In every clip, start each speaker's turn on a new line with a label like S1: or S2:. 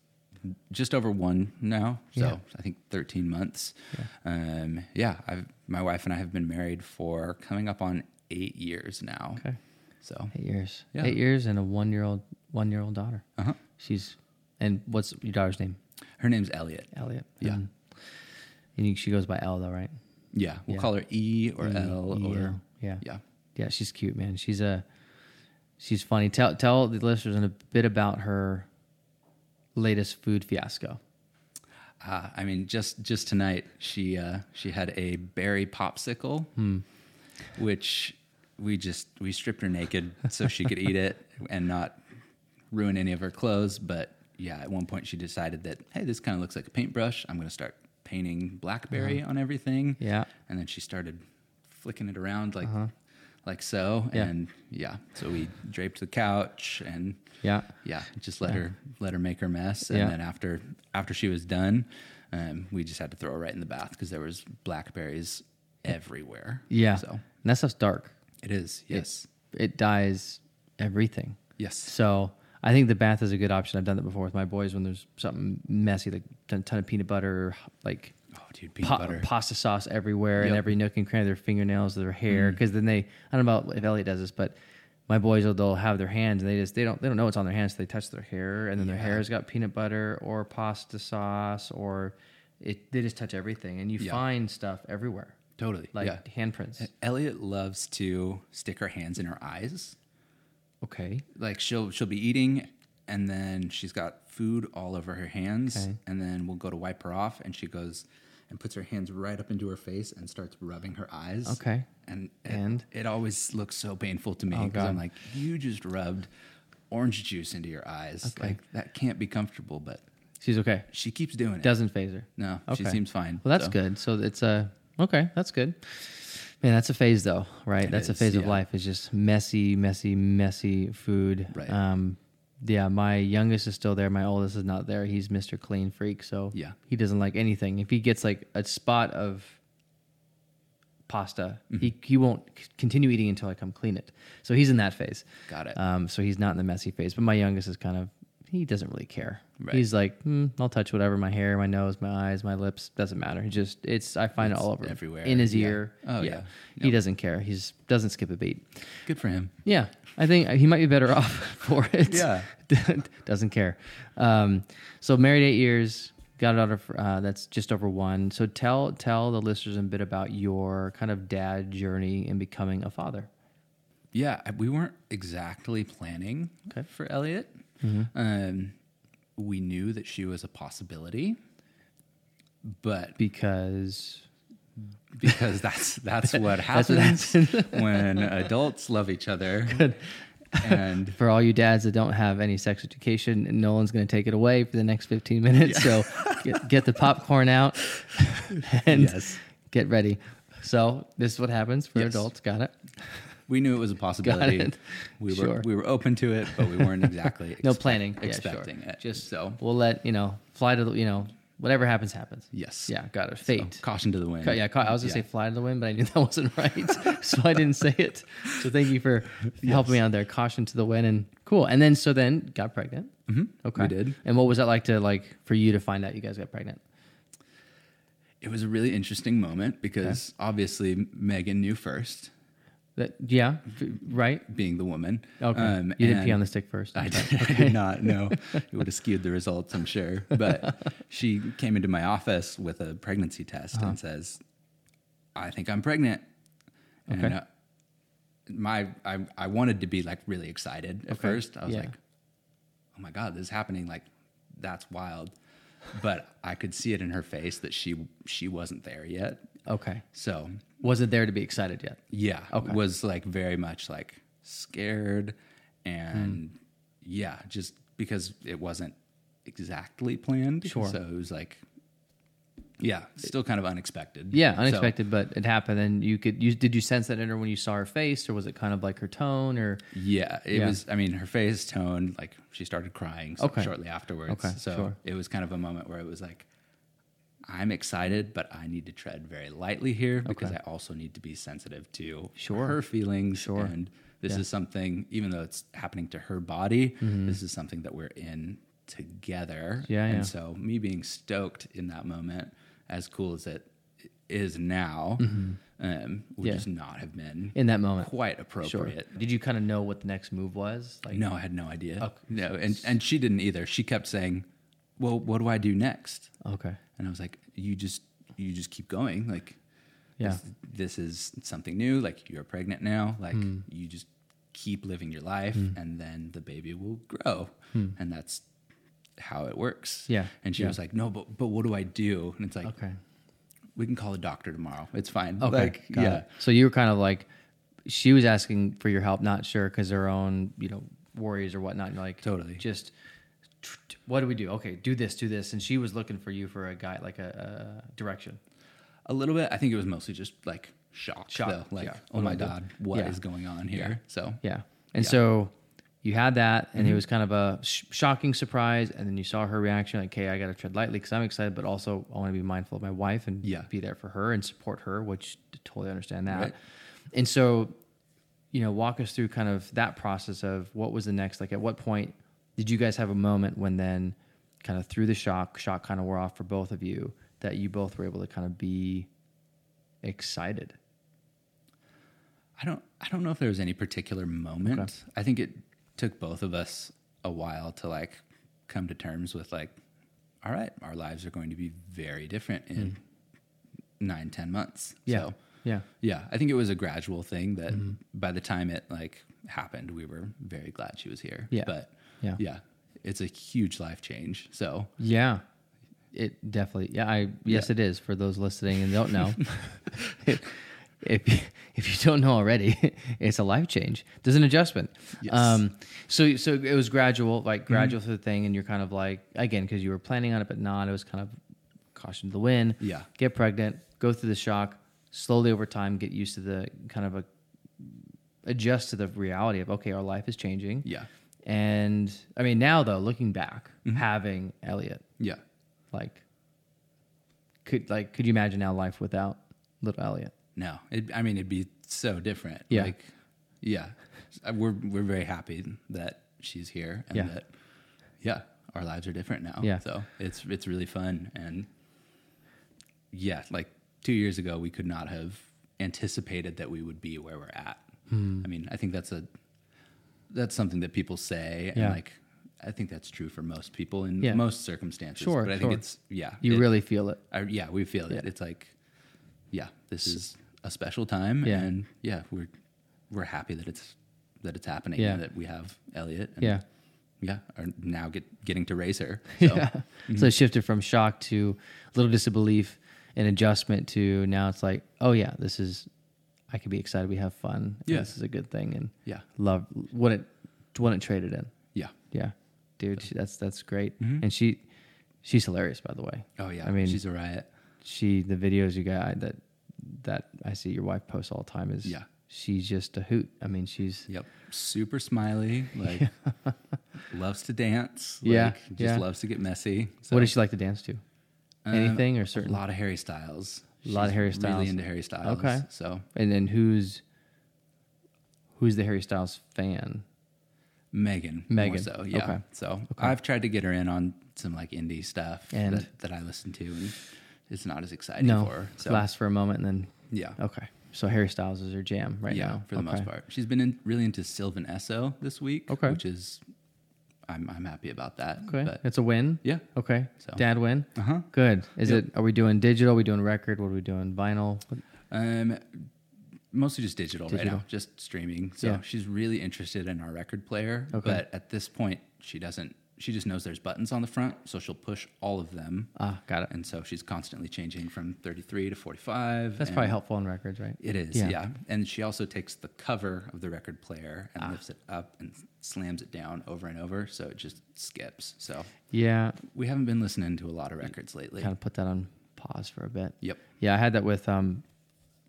S1: just over one now, so
S2: Yeah.
S1: I think thirteen months. Yeah. Um, yeah. I've my wife and I have been married for coming up on eight years now.
S2: Okay.
S1: So
S2: Eight years.
S1: Yeah.
S2: Eight years and a one year old one year old daughter.
S1: Uh-huh.
S2: She's and what's your daughter's name?
S1: her name's Elliot.
S2: Elliot.
S1: Yeah.
S2: And, and you- she goes by Elle though, right?
S1: Yeah, we'll
S2: Yeah.
S1: call her E or L
S2: E-
S1: or
S2: EL. yeah.
S1: yeah.
S2: Yeah, she's cute, man. She's a she's funny. Tell tell the listeners a bit about her latest food fiasco.
S1: Uh, I mean, just just tonight she uh, she had a berry popsicle,
S2: Hmm.
S1: which we just we stripped her naked so she could eat it and not ruin any of her clothes. But yeah, at one point she decided that hey, this kind of looks like a paintbrush. I'm going to start painting blackberry on everything.
S2: Uh-huh. Yeah. Uh-huh.
S1: and then she started flicking it around like like so,
S2: Yeah.
S1: and yeah. So we draped the couch and
S2: Yeah.
S1: yeah just let her let her make her mess and
S2: Yeah.
S1: then after after she was done um, we just had to throw her right in the bath because there was blackberries everywhere
S2: Yeah.
S1: so
S2: And that stuff's dark.
S1: it is yes
S2: It dyes everything.
S1: yes
S2: So I think the bath is a good option. I've done that before with my boys when there's something messy, like a ton of peanut butter, like
S1: oh dude peanut
S2: pa-
S1: butter
S2: pasta sauce everywhere and
S1: Yep. Mm-hmm.
S2: every nook and cranny of their fingernails, their hair. Because then they, I don't know about if Elliot does this, but my boys will they'll have their hands and they just they don't they don't know what's on their hands. So they touch their hair and then their hair's got peanut butter or pasta sauce or it. They just touch everything and you
S1: Yeah.
S2: find stuff everywhere,
S1: totally
S2: like
S1: yeah Eh,
S2: handprints.
S1: E-, elliot loves to stick her hands in her eyes
S2: Okay,
S1: like she'll she'll be eating and then she's got food all over her hands
S2: Okay.
S1: and then we'll go to wipe her off and she goes and puts her hands right up into her face and starts rubbing her eyes
S2: Okay.
S1: and it,
S2: And? Oh,
S1: it always looks so painful to me because
S2: God.
S1: i'm like you just rubbed orange juice into your eyes
S2: Okay.
S1: like that can't be comfortable but
S2: she's okay.
S1: she keeps doing it
S2: Doesn't phase her.
S1: no she
S2: Okay.
S1: seems fine
S2: Well, that's
S1: So,
S2: good. So it's a okay. That's good. Man, that's a phase though, right? that's a
S1: is,
S2: phase of
S1: yeah.
S2: life. It's just messy, messy, messy food.
S1: Right.
S2: Um, yeah, my youngest is still there. My oldest is not there. He's Mr. Clean Freak, so
S1: Yeah.
S2: he doesn't like anything. If he gets like a spot of pasta,
S1: Mm-hmm.
S2: he he won't c- continue eating until I come clean it. So he's in that phase.
S1: Got it.
S2: Um, so he's not in the messy phase, but my youngest is kind of he doesn't really care.
S1: Right.
S2: He's like, mm, I'll touch whatever my hair, my nose, my eyes, my lips doesn't matter. He just it's I find it all over him.
S1: everywhere.
S2: in his
S1: Yeah.
S2: ear.
S1: Oh, yeah.
S2: he doesn't care. He's doesn't skip a beat.
S1: good for him
S2: Yeah, I think he might be better off for it.
S1: Yeah.
S2: doesn't care. Um, so married eight years, got a daughter uh, that's just over one. So tell tell the listeners a bit about your kind of dad journey in becoming a father.
S1: yeah, I- we weren't exactly planning for Elliot.
S2: Mm-hmm.
S1: Um, we knew that she was a possibility, but
S2: Because
S1: because that's that's what happens when adults love each other. And
S2: for all you dads that don't have any sex education, Nolan's going to take it away for the next 15 minutes. So get, get the popcorn out and
S1: Yes.
S2: get ready. So this is what happens for
S1: Yes.
S2: adults. Got it?
S1: we knew it was a possibility.
S2: it.
S1: We
S2: Sure.
S1: were we were open to it, but we weren't exactly
S2: No
S1: expect-
S2: planning. Yeah, sure.
S1: expecting it.
S2: Just
S1: so
S2: We'll let you know fly to the you know Whatever happens, happens.
S1: Yes.
S2: Yeah, got it. Fate.
S1: Caution to the wind.
S2: Ca- yeah, ca- I was gonna
S1: Yeah.
S2: say fly to the wind, but I knew that wasn't right, so I didn't say it. So thank you for helping me out there. Caution to the wind, and cool. And then so then got pregnant. Mm-hmm. Okay,
S1: we did.
S2: And what was that like to like for you to find out you guys got pregnant?
S1: It was a really interesting moment because obviously Megan knew first,
S2: That yeah, f- right.
S1: being the woman.
S2: Okay,
S1: Um,
S2: you didn't pee
S1: and-
S2: on the stick first.
S1: I did, I did not know. It would have skewed the results, I'm sure. But she came into my office with a pregnancy test and says, I think I'm pregnant. And
S2: Okay.
S1: uh, my, I, I wanted to be like really excited at first. I was
S2: yeah.
S1: like, oh my God, this is happening. Like, that's wild. But I could see it in her face that she she wasn't there yet.
S2: Okay,
S1: So
S2: wasn't there to be excited yet.
S1: yeah. Was like very much like scared and
S2: Hmm.
S1: yeah, just because it wasn't exactly planned.
S2: Sure.
S1: So it was like, yeah, still kind of unexpected.
S2: Yeah,
S1: So,
S2: unexpected, but it happened. And you could you did you sense that in her when you saw her face, or was it kind of like her tone, or
S1: yeah. It
S2: Yeah.
S1: was, I mean, her face tone, like she started crying so-
S2: Okay.
S1: shortly afterwards.
S2: Okay,
S1: So
S2: sure.
S1: it was kind of a moment where it was like, I'm excited, but I need to tread very lightly here because I also need to be sensitive to
S2: Sure.
S1: her feelings.
S2: Sure.
S1: And this is something, even though it's happening to her body, this is something that we're in together.
S2: Mm-hmm. Yeah,
S1: And
S2: yeah.
S1: so me being stoked in that moment, as cool as it is now, um, would
S2: Mm-hmm. Yeah.
S1: just not have been
S2: in that moment?
S1: quite
S2: Sure.
S1: appropriate.
S2: Did you kind of know what the next move was? Like
S1: No, I had no idea. No, and, and she didn't either. She kept saying, Well, what do I do next?
S2: okay,
S1: and I was like, "You just you just keep going. Like,
S2: Yeah.
S1: this, this is something new. Like, you're pregnant now. Like,
S2: Hmm.
S1: you just keep living your life, and then the baby will grow, and that's how it works."
S2: Hmm. Yeah.
S1: And she
S2: Yeah.
S1: was like, "No, but but what do I do?" And it's like,
S2: okay.
S1: "We can call a doctor tomorrow. It's fine."
S2: Okay.
S1: Like,
S2: got
S1: yeah.
S2: it. So you were kind of like, she was asking for your help, not sure because her own, you know, worries or whatnot. And you're like,
S1: Totally.
S2: Just, tr- tr- what do we do? Okay, do this, do this. And she was looking for you for a guide, like a, a direction.
S1: A little bit. I think it was mostly just like shock,
S2: Shock,
S1: though. Like,
S2: yeah.
S1: oh my
S2: do I do?
S1: god, what is
S2: Yeah.
S1: going on here? So
S2: Yeah. Mm-hmm. And so you had that, and it was kind of a sh- shocking surprise. And then you saw her reaction, like, okay, I got to tread lightly because I'm excited, but also I want to be mindful of my wife and
S1: Yeah.
S2: be there for her and support her, which I totally understand that.
S1: Right.
S2: And so, you know, walk us through kind of that process of what was the next, like, at what point did you guys have a moment when then kind of through the shock, shock kind of wore off for both of you that you both were able to kind of be excited?
S1: I don't I don't know if there was any particular moment. I think it took both of us a while to like come to terms with like, all right, our lives are going to be very different in nine, ten months. So
S2: Mm-hmm. yeah. Mm-hmm.
S1: yeah, I think it was a gradual thing that by the time it like happened, we were very glad she was here.
S2: Yeah.
S1: But
S2: Yeah.
S1: yeah. It's a huge life change. So
S2: Yeah. It definitely. Yeah, I yes
S1: Yeah.
S2: it is for those listening and don't know. if if you don't know already, it's a life change. There's an adjustment.
S1: Yes. Mm-hmm.
S2: Um so so it was gradual, like gradual through the thing and you're kind of like again because you were planning on it but not, it was kind of caution to the wind.
S1: Yeah.
S2: Get pregnant, go through the shock, slowly over time get used to the kind of a adjust to the reality of okay, our life is changing.
S1: yeah.
S2: And I mean now though, looking back,
S1: Mm-hmm.
S2: having Elliot
S1: Yeah.
S2: like could like could you imagine now life without little Elliot?
S1: No, it, I mean it'd be so different.
S2: Yeah.
S1: like, yeah, Uh, we're we're very happy that she's here and
S2: Yeah.
S1: that yeah, our lives are different now.
S2: Yeah.
S1: so it's it's really fun and yeah, like two years ago we could not have anticipated that we would be where we're at.
S2: Hmm.
S1: I mean, I think that's a that's something that people say
S2: Yeah.
S1: and like. I think that's true for most people in
S2: Yeah.
S1: most circumstances.
S2: Sure,
S1: but I
S2: sure.
S1: think it's yeah.
S2: You
S1: it-
S2: really feel it.
S1: I, yeah, we feel it. It's like, yeah, this is a special time,
S2: Yeah.
S1: and yeah, we're we're happy that it's that it's happening,
S2: Yeah.
S1: and that we have Elliot, and
S2: Yeah.
S1: yeah, are now get getting to raise her. So, yeah,
S2: So
S1: Mm-hmm.
S2: it shifted from shock to a little disbelief and adjustment to now it's like, oh yeah, this is I could be excited, we have fun. and
S1: Yeah.
S2: This is a good thing and
S1: yeah,
S2: love what it what it traded in.
S1: yeah,
S2: Yeah. Dude, she, that's that's great.
S1: Mm-hmm.
S2: And she she's hilarious by the way.
S1: oh yeah.
S2: I mean
S1: she's a riot.
S2: she the videos you got that that I see your wife posts all the time is
S1: Yeah.
S2: she's just a hoot. I mean she's
S1: Yep, super smiley, like loves to dance.
S2: Yeah,
S1: like, just
S2: yeah.
S1: loves to get messy. So Um,
S2: What does she like to dance to? Anything or
S1: A
S2: certain?
S1: lot of Harry Styles.
S2: A lot of
S1: She's
S2: Harry Styles.
S1: Really into Harry Styles.
S2: Okay.
S1: So
S2: And then who's who's the Harry Styles fan?
S1: Megan.
S2: Megan,
S1: so yeah.
S2: okay.
S1: So I've tried to get her in on some like indie stuff
S2: And-
S1: that, that I listen to, and it's not as exciting
S2: No,
S1: for her. So
S2: lasts for a moment and then
S1: yeah.
S2: okay. So Harry Styles is her jam right
S1: yeah,
S2: now,
S1: for the most
S2: Okay.
S1: part. She's been in, really into Sylvan Esso this week,
S2: Okay.
S1: which is I'm I'm happy about that.
S2: Okay,
S1: But
S2: it's a win.
S1: yeah.
S2: Okay,
S1: So.
S2: dad win.
S1: Uh-huh.
S2: Good. Is it? Are we doing digital? Are we doing record? What are we doing? Vinyl? What-
S1: Um mostly just digital, right
S2: Digital.
S1: now, just streaming. So
S2: Yeah.
S1: she's really interested in our record player,
S2: Okay.
S1: but at this point she doesn't she just knows there's buttons on the front, so she'll push all of them.
S2: Ah, got it.
S1: and so she's constantly changing from 33 to 45.
S2: That's
S1: and
S2: probably helpful on records, right?
S1: It is,
S2: Yeah.
S1: yeah. And she also takes the cover of the record player
S2: Ah.
S1: and lifts it up and slams it down over and over, so it just skips. So
S2: Yeah,
S1: we haven't been listening to a lot of records lately.
S2: kind of put that on pause for a bit.
S1: Yep.
S2: Yeah, I had that with um,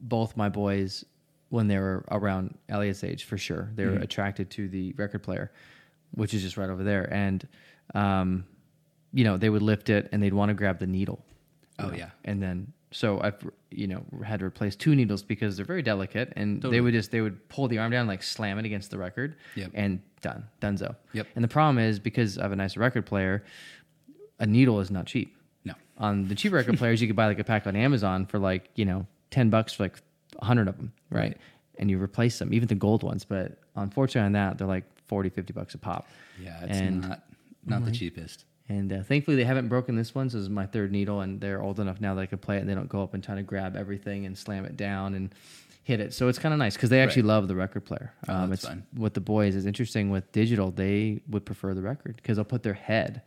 S2: both my boys when they were around Elliot's age for sure. They were
S1: Mm-hmm.
S2: attracted to the record player, which is just right over there. And, um, you know, they would lift it and they'd want to grab the needle. you
S1: Oh,
S2: know.
S1: yeah.
S2: And then, so I've, you know, had to replace two needles because they're very delicate and they
S1: Totally.
S2: would just, they would pull the arm down, like slam it against the record
S1: Yep.
S2: and done, donezo.
S1: Yep.
S2: And the problem is because I have a nice record player, a needle is not cheap
S1: No.
S2: on the cheap record players, you could buy like a pack on Amazon for like you know ten bucks for like hundred of them, right?
S1: Right.
S2: And you replace them, even the gold ones. But unfortunately, on that they're like 40, 50 bucks a pop.
S1: Yeah, it's
S2: And-
S1: not not the cheapest.
S2: And uh, thankfully, they haven't broken this one. So this is my third needle, and they're old enough now that I can play it. and They don't go up and try to grab everything and slam it down and hit it. So it's kind of nice because they actually love the record player. Um,
S1: Oh, that's
S2: it's
S1: fine.
S2: what the boys is interesting with digital. They would prefer the record because they'll put their head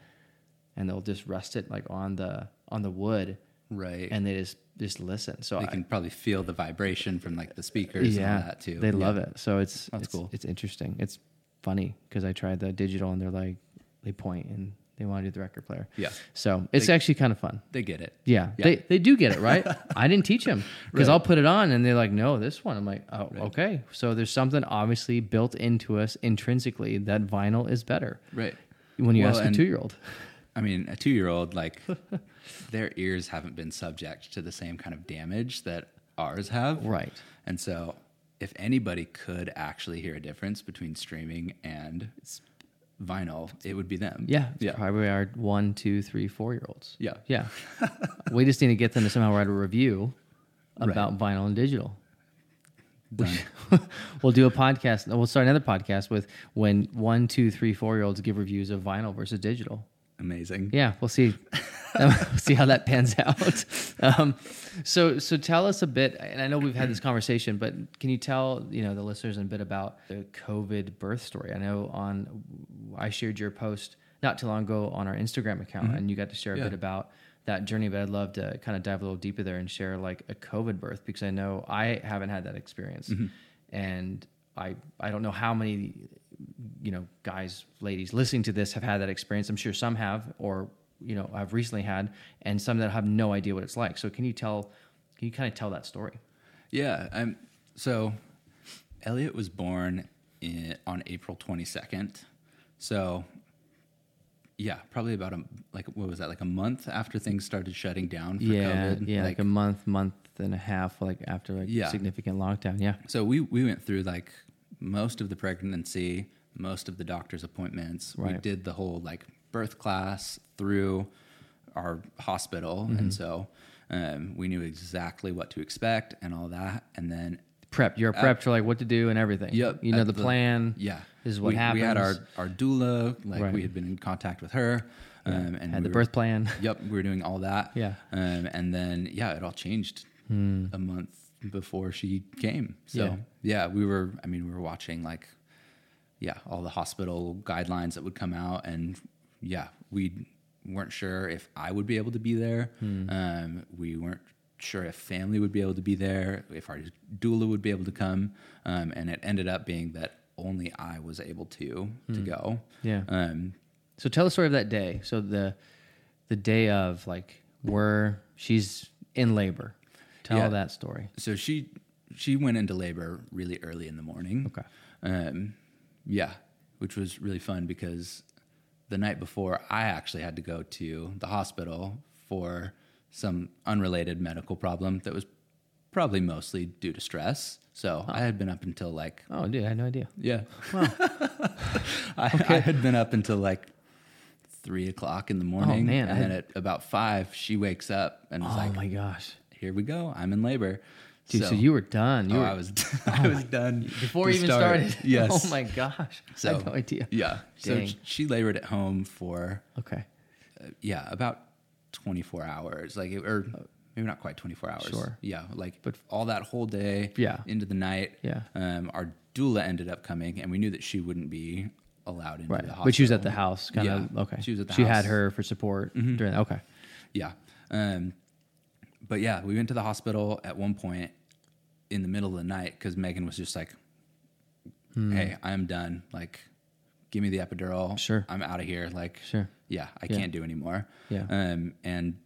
S2: and they'll just rest it like on the on the wood
S1: Right.
S2: and they just just listen. So
S1: they
S2: I,
S1: can probably feel the vibration from like the speakers
S2: yeah,
S1: and all that too.
S2: they
S1: Yeah.
S2: love it. So it's
S1: That's
S2: it's,
S1: cool.
S2: It's interesting. It's funny because I tried the digital and they're like they point and they want to do the record player.
S1: Yeah.
S2: So it's actually kind of fun.
S1: They get it.
S2: Yeah,
S1: Yeah.
S2: They, they do get it right. I didn't teach them because I'll put it on and they're like, no, this one. I'm like, oh, okay. So there's something obviously built into us intrinsically that vinyl is better.
S1: Right.
S2: When you
S1: Well,
S2: ask a
S1: and-
S2: two year old,
S1: I mean, a two year old, like their ears haven't been subject to the same kind of damage that ours have.
S2: right?
S1: And so if anybody could actually hear a difference between streaming and vinyl, it would be them.
S2: Yeah, it's
S1: Yeah.
S2: probably our one, two, three, four year olds.
S1: Yeah.
S2: Yeah. we just need to get them to somehow write a review about vinyl and digital. We
S1: Done.
S2: should- we'll do a podcast. We'll start another podcast with when one, two, three, four year olds give reviews of vinyl versus digital.
S1: Amazing.
S2: Yeah, we'll see. we'll see how that pans out. Um, so, so tell us a bit. And I know we've had this conversation, but can you tell you know the listeners a bit about the COVID birth story? I know on I shared your post not too long ago on our Instagram account, and you got to share a
S1: Yeah.
S2: bit about that journey. But I'd love to kind of dive a little deeper there and share like a COVID birth because I know I haven't had that experience, and I I don't know how many you know, guys, ladies listening to this have had that experience. I'm sure some have, or you know, I've recently had, and some that have no idea what it's like. So, can you tell? Can you kind of tell that story?
S1: Yeah. I'm, so Elliot was born in, on April 22nd. So yeah, probably about a, like, what was that? Like a month after things started shutting down for COVID.
S2: yeah, like,
S1: Like,
S2: a month, month and a half, like after like
S1: Yeah.
S2: significant lockdown. Yeah,
S1: so we we went through like most of the pregnancy, most of the doctor's appointments. We
S2: Right.
S1: did the whole like birth class through our hospital,
S2: Mm-hmm.
S1: and so um, we knew exactly what to expect and all that. And then
S2: prep. You're prepped for like what to do and everything.
S1: Yep,
S2: You know
S1: at
S2: the,
S1: the-
S2: plan.
S1: yeah,
S2: This is what
S1: we, We had our
S2: happens.
S1: our doula, like
S2: Right.
S1: we had been in contact with her, um,
S2: Had
S1: and we
S2: the
S1: were-
S2: birth plan.
S1: Yep, we were doing all that.
S2: Yeah. Hmm.
S1: um, and then yeah, it all changed a month before she came. So
S2: Yeah.
S1: yeah. we were. I mean, we were watching like yeah, all the hospital guidelines that would come out, and yeah, we weren't sure if I would be able to be there.
S2: Hmm.
S1: Um, we weren't sure if family would be able to be there, if our doula would be able to come, um, and it ended up being that only I was able to
S2: Hmm.
S1: to go.
S2: Yeah.
S1: Um,
S2: So tell the story of that day. So the the day of like where she's in labor. Tell
S1: Yeah.
S2: that story.
S1: so she she went into labor really early in the morning.
S2: Okay.
S1: Um, yeah, which was really fun because the night before I actually had to go to the hospital for some unrelated medical problem that was probably mostly due to stress. So I had been up until like
S2: Oh, dude, I had no idea.
S1: yeah. I, I had been up until like three o'clock in the morning.
S2: Oh, man,
S1: And
S2: I-
S1: then at about five, she wakes up and is
S2: Oh
S1: like,
S2: my gosh,
S1: here we go. I'm in labor.
S2: dude! So, you were done. You
S1: oh,
S2: were
S1: I was, I was done.
S2: before
S1: to
S2: you even
S1: start.
S2: started.
S1: Yes.
S2: Oh my gosh. I
S1: So-
S2: had no idea.
S1: Yeah.
S2: Dang.
S1: So she labored at home for,
S2: Okay.
S1: uh, yeah, about 24 hours. Like, it, or maybe not quite 24 hours.
S2: Sure.
S1: Yeah. Like, but all that whole day
S2: Yeah.
S1: into the night.
S2: Yeah.
S1: Um, our doula ended up coming, and we knew that she wouldn't be allowed into
S2: Right.
S1: the hospital.
S2: But she was at the house, kind of.
S1: Yeah.
S2: Okay.
S1: She was at the
S2: She had
S1: house. Mm-hmm.
S2: her for support during. Okay.
S1: Yeah. Um, but yeah, we went to the hospital at one point in the middle of the night because Megan was just like,
S2: Hmm.
S1: "Hey, I'm done. Like, give me the epidural.
S2: Sure.
S1: I'm out of here. Like,
S2: Sure.
S1: Yeah, I can't do anymore.
S2: Yeah.
S1: Um, and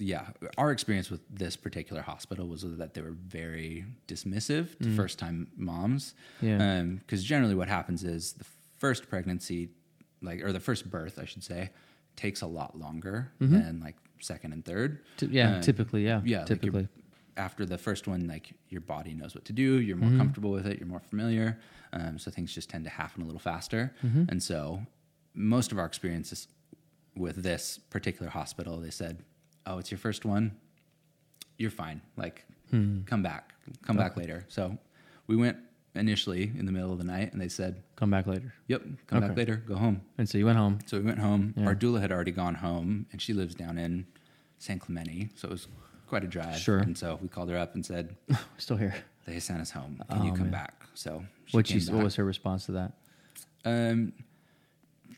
S1: yeah, our experience with this particular hospital was that they were very dismissive to first time moms.
S2: Mm. Yeah.
S1: Because generally, what happens is the first pregnancy, like, or the first birth, I should say, takes a lot longer
S2: Mm-hmm.
S1: than like second and third.
S2: Ty- yeah.
S1: Um,
S2: typically. Yeah.
S1: yeah, like, you're-
S2: Typically.
S1: after the first one, like your body knows what to do. You're
S2: Mm-hmm.
S1: more comfortable with it. You're more familiar. Um, so things just tend to happen a little faster.
S2: Mm-hmm.
S1: And so most of our experiences with this particular hospital, they said, "Oh, it's your first one. You're fine. Like,
S2: Hmm.
S1: come back. Come back later." So we went initially in the middle of the night, and they said,
S2: Come back later.
S1: "Yep, come back
S2: Okay.
S1: later. Go home."
S2: And so you went home.
S1: So we went home. Our doula had already gone home, and she lives down in San Clemente, so it was quite a drive.
S2: Sure.
S1: And so we called her up and said,
S2: Still here.
S1: "They sent us home. Can you come back?" So she
S2: What
S1: came
S2: Oh, she? What
S1: back.
S2: was her response to that?
S1: Um,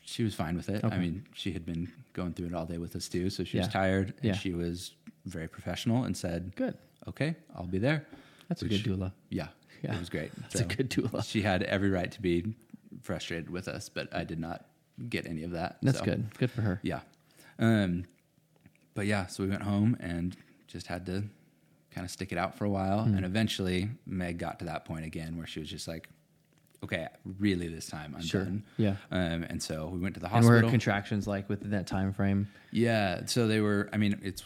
S1: she was fine with it. I mean, she had been going through it all day with us too, so she was
S2: Yeah.
S1: tired. And
S2: Yeah.
S1: she was very professional and said,
S2: Good.
S1: "Okay, I'll be there."
S2: That's
S1: Which-
S2: a good doula.
S1: Yeah,
S2: Yeah.
S1: it was great.
S2: That's a good doula.
S1: She had every right to be frustrated with us, but I did not get any of that.
S2: That's
S1: so.
S2: good. Good for her.
S1: Yeah. Um, but yeah, so we went home and just had to kind of stick it out for a while.
S2: Hmm.
S1: And eventually, Meg got to that point again where she was just like, okay, really this time I'm
S2: Sure.
S1: done.
S2: Yeah.
S1: Um, and so we went to the
S2: And were her
S1: hospital.
S2: contractions like within that time frame?
S1: yeah. So they were, I mean, it's,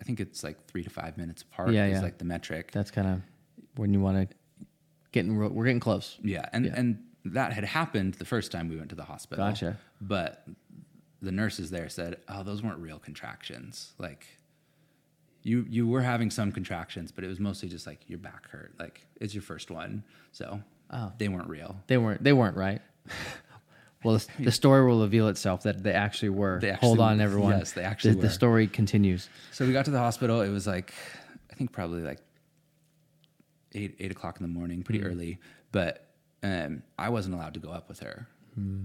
S1: I think it's like three to five minutes apart
S2: Yeah,
S1: is
S2: yeah.
S1: like the metric.
S2: That's kind of when you want to getting. real- We're getting close.
S1: Yeah, and and that had happened the first time we went to the hospital.
S2: Gotcha.
S1: But the nurses there said, "Oh, those weren't real contractions. Like, you you were having some contractions, but it was mostly just like your back hurt. Like it's your first one, so they weren't real.
S2: They weren't. They weren't right. well, the, the story will reveal itself that they actually were.
S1: They
S2: Hold
S1: actually-
S2: on, everyone.
S1: yes, they actually
S2: The, the
S1: were.
S2: story continues.
S1: So we got to the hospital. It was like, I think probably like eight eight o'clock in the morning, pretty early. But um, I wasn't allowed to go up with her.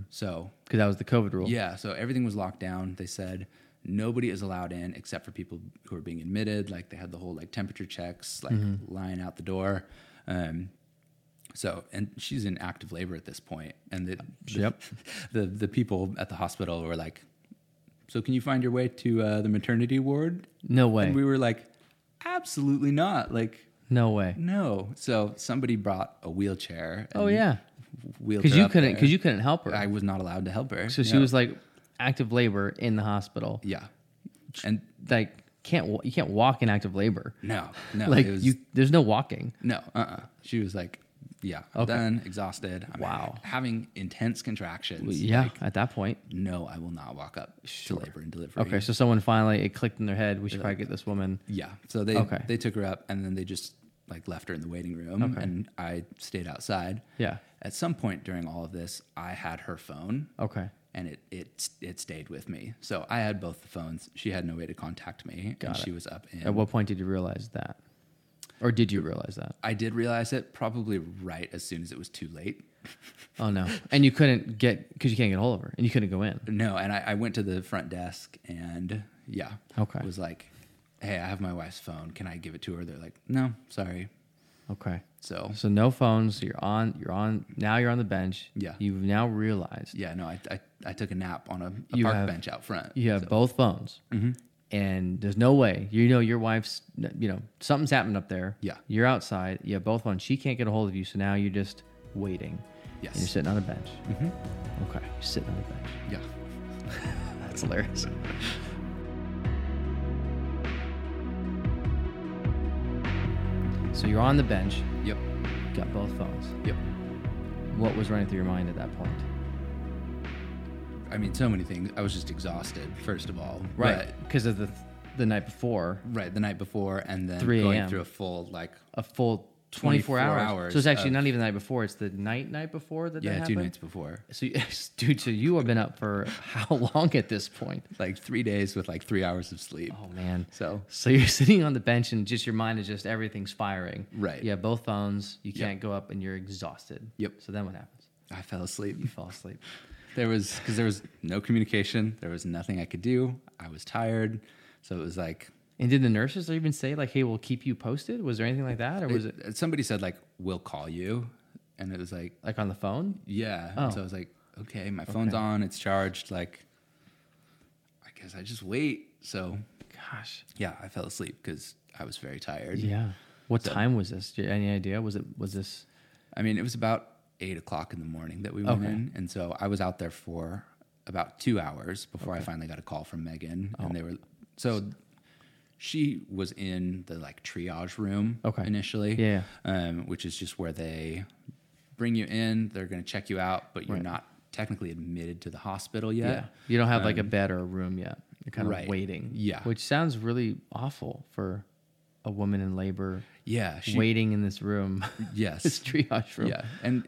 S1: So
S2: because that was the COVID rule.
S1: Yeah, so everything was locked down. They said nobody is allowed in except for people who are being admitted. Like they had the whole like temperature checks, like
S2: Mm-hmm.
S1: lying out the door. Um, so and she's in active labor at this point, and the, the
S2: Yep.
S1: the the people at the hospital were like, "So can you find your way to uh, the maternity ward?"
S2: No way.
S1: And we were like, "Absolutely not!" Like.
S2: no way.
S1: Mm-hmm. No, so somebody brought a wheelchair.
S2: Oh, yeah.
S1: wheeled
S2: Because
S1: her
S2: you
S1: up
S2: couldn't.
S1: there.
S2: Because you couldn't help her.
S1: I was not allowed to help her.
S2: so she
S1: No.
S2: was like active labor in the hospital.
S1: Yeah. And
S2: Like can't wa- you can't walk in active labor.
S1: no, no,
S2: like
S1: it was,
S2: you, there's no walking.
S1: no, uh-uh. She was like, yeah, I'm done, exhausted. I'm
S2: Wow.
S1: Having intense contractions.
S2: Yeah, at that point.
S1: No, I will not walk up to labor and delivery.
S2: Okay, so someone finally it clicked in their head. We should probably get this woman.
S1: Yeah. So they,
S2: Okay.
S1: they took her up and then they just like left her in the waiting room and I stayed outside.
S2: Yeah.
S1: At some point during all of this, I had her phone.
S2: Okay.
S1: And it, it it stayed with me. So I had both the phones. She had no way to contact me. and she was up in
S2: At what point did you realize that, or did you realize that?
S1: I did realize it probably right as soon as it was too late.
S2: Oh no! And you couldn't get because you can't get a hold of her, and you couldn't go in.
S1: No, and I, I went to the front desk and yeah,
S2: Okay.
S1: was like, hey, I have my wife's phone. Can I give it to her? They're like, no, sorry.
S2: Okay.
S1: So
S2: So no phones. You're on. You're on. Now you're on the bench.
S1: Yeah.
S2: You've now realized
S1: yeah, no, I I, I took a nap on a, a
S2: You
S1: park
S2: have-
S1: bench out front.
S2: you have both phones,
S1: Mm-hmm.
S2: and there's no way. You know your wife's. You know something's happened up there.
S1: Yeah.
S2: You're outside. You have both phones. She can't get a hold of you. So now you're just waiting.
S1: Yes.
S2: And you're sitting on a bench. Mm-hmm. Okay. You're sitting on a bench.
S1: Yeah.
S2: That's hilarious. So you're on the bench,
S1: Yep.
S2: got both phones.
S1: Yep.
S2: What was running through your mind at that point?
S1: I mean, so many things. I was just exhausted, first of all.
S2: Because of the th- the night before,
S1: But- right. The night before, and then
S2: 3
S1: going
S2: a.m..
S1: through a full like
S2: a full 24,
S1: 24
S2: hours.
S1: hours
S2: So it's actually
S1: of-
S2: not even the night before. It's the night night before that.
S1: yeah,
S2: that
S1: two
S2: happened?
S1: nights before,
S2: So, you- dude, so you have been up for how long at this point?
S1: like three days with like three hours of sleep.
S2: Oh man.
S1: So
S2: So you're sitting on the bench and just your mind is just everything's firing.
S1: Right.
S2: You have both phones. You can't go up and you're exhausted.
S1: Yep.
S2: So then what happens?
S1: I fell asleep.
S2: You fall asleep.
S1: There was because there was no communication. There was nothing I could do. I was tired, so it was like
S2: And did the nurses even say like, "Hey, we'll keep you posted"? Was there anything like that, or was it,
S1: somebody said like we'll call you, and it was like
S2: like on the phone?
S1: yeah.
S2: Oh.
S1: So I was like okay, my phone's on, it's charged. Like I guess I just wait. So
S2: Gosh.
S1: yeah, I fell asleep because I was very tired.
S2: Yeah. What time was this? Do you, any idea? Was it was this?
S1: I mean, it was about eight o'clock in the morning that we went
S2: Okay.
S1: in, and so I was out there for about two hours before I finally got a call from Megan,
S2: Oh.
S1: and they were so she was in the like triage room
S2: Okay.
S1: initially,
S2: Yeah,
S1: um, which is just where they bring you in, they're going to check you out, but you're not technically admitted to the hospital yet.
S2: You don't have like a bed or a room yet. You're kind
S1: Um, right.
S2: of waiting.
S1: Yeah.
S2: Which sounds really awful for a woman in labor
S1: Yeah, she,
S2: waiting in this room, this
S1: yes,
S2: triage room.
S1: yeah, and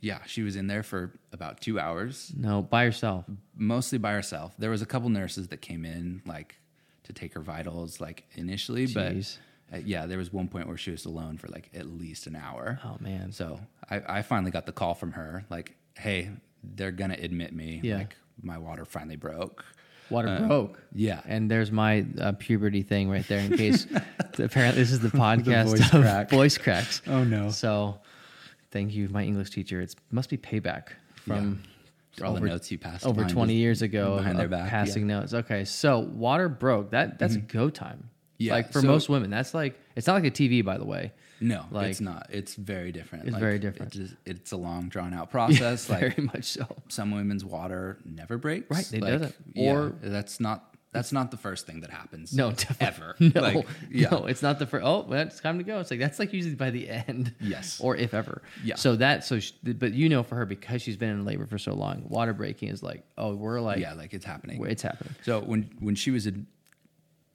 S1: yeah, she was in there for about two hours.
S2: No, by yourself.
S1: mostly by herself. There was a couple nurses that came in like to take her vitals like initially,
S2: Jeez.
S1: but uh, yeah, there was one point where she was alone for like at least an hour.
S2: Oh man.
S1: So I, I finally got the call from her like, "Hey, they're gonna admit me.
S2: Yeah.
S1: Like my water finally broke."
S2: Water broke.
S1: Uh, Yeah.
S2: And there's my uh, puberty thing right there in case. apparently, this is the podcast
S1: voice
S2: of
S1: crack.
S2: voice cracks.
S1: Oh, no.
S2: So, thank you, my English teacher. It must be payback from
S1: For all
S2: Over-
S1: the notes you passed
S2: over
S1: behind
S2: 20
S1: his-
S2: years ago of,
S1: behind their
S2: of
S1: back, yeah. Mm-hmm.
S2: passing notes. Okay, so water broke. That that's go time.
S1: Yeah,
S2: like for
S1: so-
S2: most women, that's like it's not like a TV, by the way.
S1: No,
S2: Like-
S1: it's not. It's very different.
S2: It's very different.
S1: It's, just, it's a long, drawn out process. like
S2: Very much so.
S1: some women's water never breaks.
S2: Right, it doesn't. Or-
S1: Or that's not that's not the first thing that happens.
S2: No, definitely. No,
S1: ever. Like, yeah.
S2: no, it's not the first. Oh, well, it's time to go. It's like that's like usually by the end.
S1: Yes.
S2: or if ever.
S1: Yeah.
S2: So that so, she, but you know, for her because she's been in labor for so long, water breaking is like, oh, we're like,
S1: Yeah, like it's happening.
S2: it's happening.
S1: So when when she was in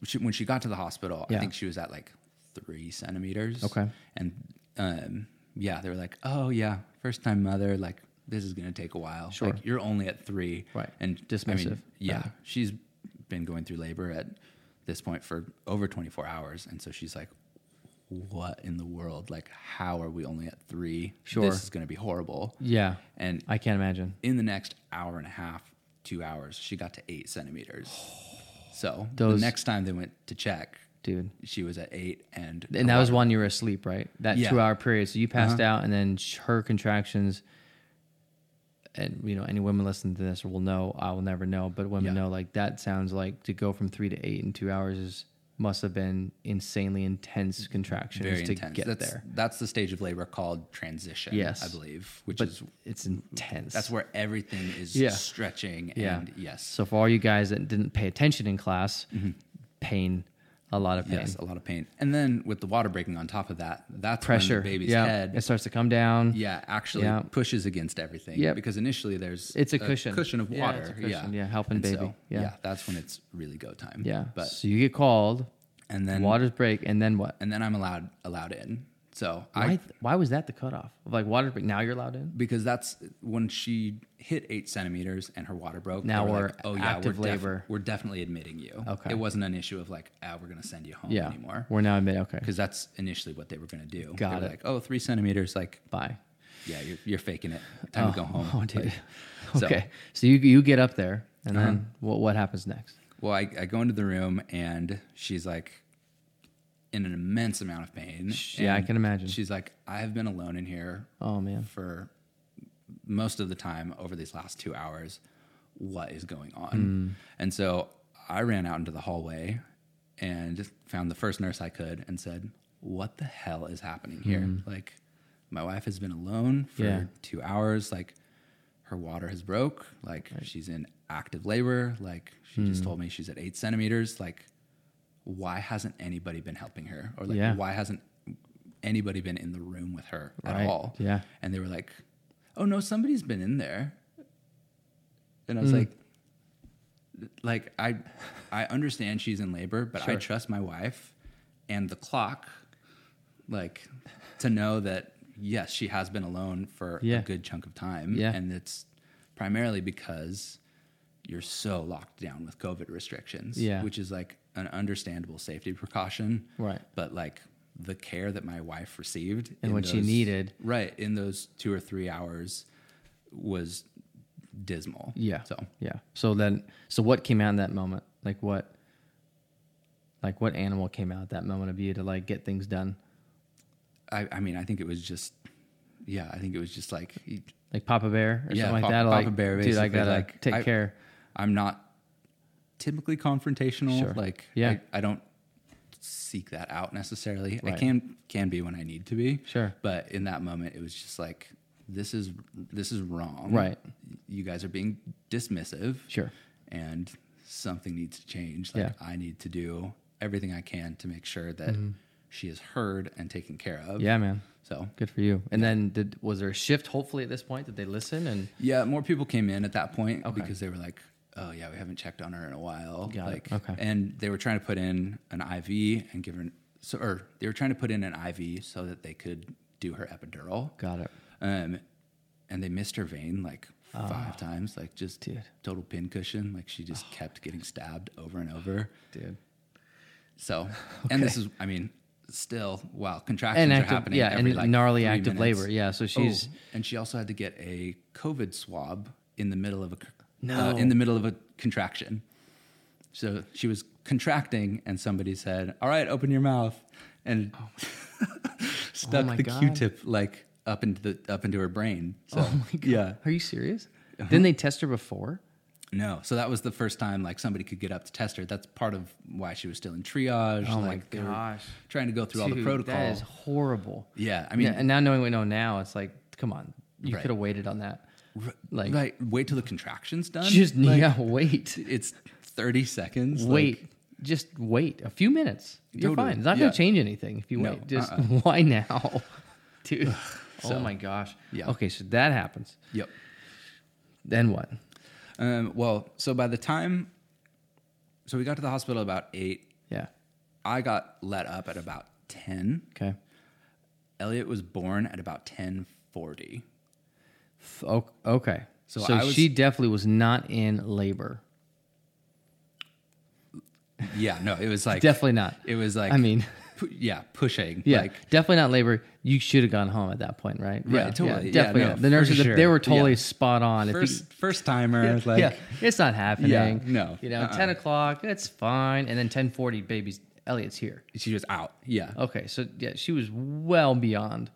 S1: she, when she got to the hospital,
S2: Yeah.
S1: I think she was at like three centimeters.
S2: Okay.
S1: And um, yeah, they were like, "Oh yeah, first time mother. Like this is gonna take a while.
S2: Sure.
S1: Like you're only at three.
S2: Right.
S1: And I
S2: Dismissive.
S1: mean, yeah,
S2: Right.
S1: she's been going through labor at this point for over 24 hours, and so she's like, "What in the world? Like, how are we only at three?
S2: Sure.
S1: This is gonna be horrible.
S2: Yeah,
S1: And
S2: I can't imagine.
S1: in the next hour and a half, two hours, she got to eight centimeters. So
S2: Those-
S1: the next time they went to check,
S2: Dude.
S1: she was at eight, and
S2: And that was when you were asleep, right? That
S1: Yeah. Uh-huh.
S2: two hour period. So you passed out, and then sh- her contractions. And you know, any women listening to this will know. I will never know, but women
S1: Yeah.
S2: know. Like that sounds like to go from three to eight in two hours is must have been insanely intense contractions
S1: Mm-hmm. very
S2: to
S1: intense.
S2: get
S1: that's,
S2: there.
S1: That's the stage of labor called transition.
S2: Yes.
S1: I believe, which
S2: But
S1: is
S2: it's intense.
S1: that's where everything is
S2: Yeah.
S1: stretching.
S2: Yeah.
S1: And yes, Mm-hmm.
S2: So for all you guys that didn't pay attention in class, pain, a lot of pain,
S1: yes, a lot of pain. And then with the water breaking on top of that, that's
S2: pressure,
S1: when the baby's
S2: yeah,
S1: head.
S2: it starts to come down.
S1: yeah, actually
S2: Yeah.
S1: pushes against everything.
S2: Yep.
S1: Because initially there's
S2: It's a cushion.
S1: cushion of
S2: Yeah,
S1: water.
S2: it's a cushion. Yeah, helping
S1: And so,
S2: baby. Yeah.
S1: that's when it's really go time.
S2: yeah.
S1: But
S2: so you get called,
S1: and then
S2: waters break, and then what?
S1: and then I'm allowed allowed in. So
S2: Why,
S1: I
S2: why was that the cutoff? Like waters break, now you're allowed in.
S1: because that's when she hit eight centimeters and her water broke. they
S2: Now
S1: were "Oh,
S2: we're active
S1: we're def-
S2: labor."
S1: we're definitely admitting you.
S2: Okay.
S1: it wasn't an issue of like, ah, we're gonna send you home
S2: Yeah,
S1: anymore
S2: we're now in mid. Okay,
S1: because that's initially what they were gonna do. They
S2: Got
S1: were
S2: it.
S1: Like, oh, three centimeters. Like,
S2: bye.
S1: yeah, you're, you're faking it. Time to go home.
S2: Oh, dude.
S1: Like, so- Uh-huh.
S2: okay, so you you get up there, and then what what happens next?
S1: Well, I, I go into the room and she's like in an immense amount of pain.
S2: yeah, I
S1: And
S2: can imagine.
S1: She's like, I have been alone in here.
S2: Oh, man.
S1: For most of the time over these last two hours, what is going
S2: Hmm.
S1: on? And so I ran out into the hallway and found the first nurse I could and said, What the hell is happening here? Like, my wife has been alone for
S2: Hmm. Yeah.
S1: two hours. Like, her water has broke. Like she's in active labor. Like she
S2: Hmm.
S1: just told me she's at eight centimeters. Like why hasn't anybody been helping her? Or like
S2: Yeah.
S1: why hasn't anybody been in the room with her
S2: Right.
S1: at all.
S2: Yeah.
S1: And they were like, oh no, somebody's been in there. And I
S2: Hmm.
S1: was like, like I, I understand she's in labor, but I
S2: Sure.
S1: trust my wife and the clock, like to know that yes, she has been alone for
S2: Yeah.
S1: a good chunk of time.
S2: Yeah.
S1: And it's primarily because you're so locked down with COVID restrictions,
S2: Yeah.
S1: which is like an understandable safety precaution.
S2: Right.
S1: But like the care that my wife received
S2: And
S1: in
S2: what she needed.
S1: Right. In those two or three hours was dismal.
S2: Yeah.
S1: So
S2: yeah. So then, so what came out in that moment? Like what? Like what animal came out at that moment of you to like get things done?
S1: I, I mean, I think it was just, yeah, I think it was just like,
S2: Like Papa Bear or
S1: yeah,
S2: something like
S1: Papa-
S2: that.
S1: Papa
S2: like,
S1: Bear
S2: dude, I
S1: basically,
S2: gotta
S1: like,
S2: take
S1: I-
S2: care.
S1: I'm not typically confrontational.
S2: Sure.
S1: Like,
S2: Yeah.
S1: I, I don't seek that out necessarily. I
S2: Right.
S1: can can be when I need to be.
S2: Sure.
S1: But in that moment, it was just like, this is this is wrong.
S2: Right.
S1: You guys are being dismissive.
S2: Sure.
S1: And something needs to change. Like,
S2: Yeah. Mm-hmm.
S1: I need to do everything I can to make sure that she is heard and taken care of.
S2: Yeah, man.
S1: So
S2: Good for you. And then did was there a shift? Hopefully at this point, did they listen? And
S1: Yeah, more people came in at that point
S2: Okay.
S1: because they were like, "Oh yeah, we haven't checked on her in a while."
S2: Got it.
S1: like,
S2: Okay.
S1: And they were trying to put in an IV and give her, so or they were trying to put in an IV so that they could do her epidural.
S2: got it.
S1: Um, and they missed her vein like five times, like just
S2: Ah. Dude.
S1: total pincushion. Like she just kept getting stabbed over and over.
S2: Dude.
S1: So, and this is, I mean, still while contractions
S2: active-
S1: are happening,
S2: yeah,
S1: every,
S2: and
S1: like,
S2: gnarly
S1: three
S2: active
S1: minutes.
S2: labor. Yeah, so she's-
S1: and she also had to get a COVID swab in the middle of a c-
S2: No.
S1: in the middle of a contraction. So she was contracting, and somebody said, "All right, open your mouth," and stuck
S2: Oh my
S1: the
S2: God. Oh
S1: Q-tip like up into the up into her brain. So yeah,
S2: Are you serious?
S1: Uh-huh.
S2: Didn't they test her before?
S1: no. So that was the first time like somebody could get up to test her. That's part of why she was still in triage.
S2: Oh my
S1: like, they were
S2: gosh.
S1: Trying to go through all the
S2: Dude,
S1: protocol.
S2: That is horrible.
S1: Yeah, I mean,
S2: and now knowing what we know now, it's like, come on, you
S1: Right.
S2: could have waited on that.
S1: r-
S2: Like,
S1: right. Wait till the contraction's done.
S2: just
S1: Like,
S2: yeah, wait,
S1: It's thirty seconds. like-
S2: wait, just wait a few minutes. You're
S1: Totally,
S2: fine. It's not gonna
S1: yeah.
S2: change anything if you
S1: No, uh-uh.
S2: wait. Just why now, dude? oh my gosh.
S1: yeah.
S2: Okay, so that happens.
S1: yep.
S2: Then what?
S1: Um, well, so by the time, so we got to the hospital about eight.
S2: Yeah.
S1: I got let up at about ten.
S2: Okay.
S1: Elliot was born at about ten forty.
S2: F- o- Okay. So,
S1: So I was-
S2: she definitely was not in labor.
S1: Yeah. No, it was like
S2: Definitely not.
S1: It was like
S2: I mean,
S1: pu- yeah, pushing.
S2: yeah,
S1: Like,
S2: definitely not labor. You should have gone home at that point, right?
S1: Right, totally. Yeah,
S2: definitely.
S1: no,
S2: not. the nurses,
S1: for sure.
S2: they were totally
S1: Yeah.
S2: spot on. If you-
S1: first first timer. Like,
S2: yeah, it's not happening.
S1: no,
S2: you know,
S1: uh-uh.
S2: ten o'clock, it's fine, and then ten forty, baby's Elliot's here.
S1: she was out. Yeah.
S2: Okay, so yeah, she was well beyond.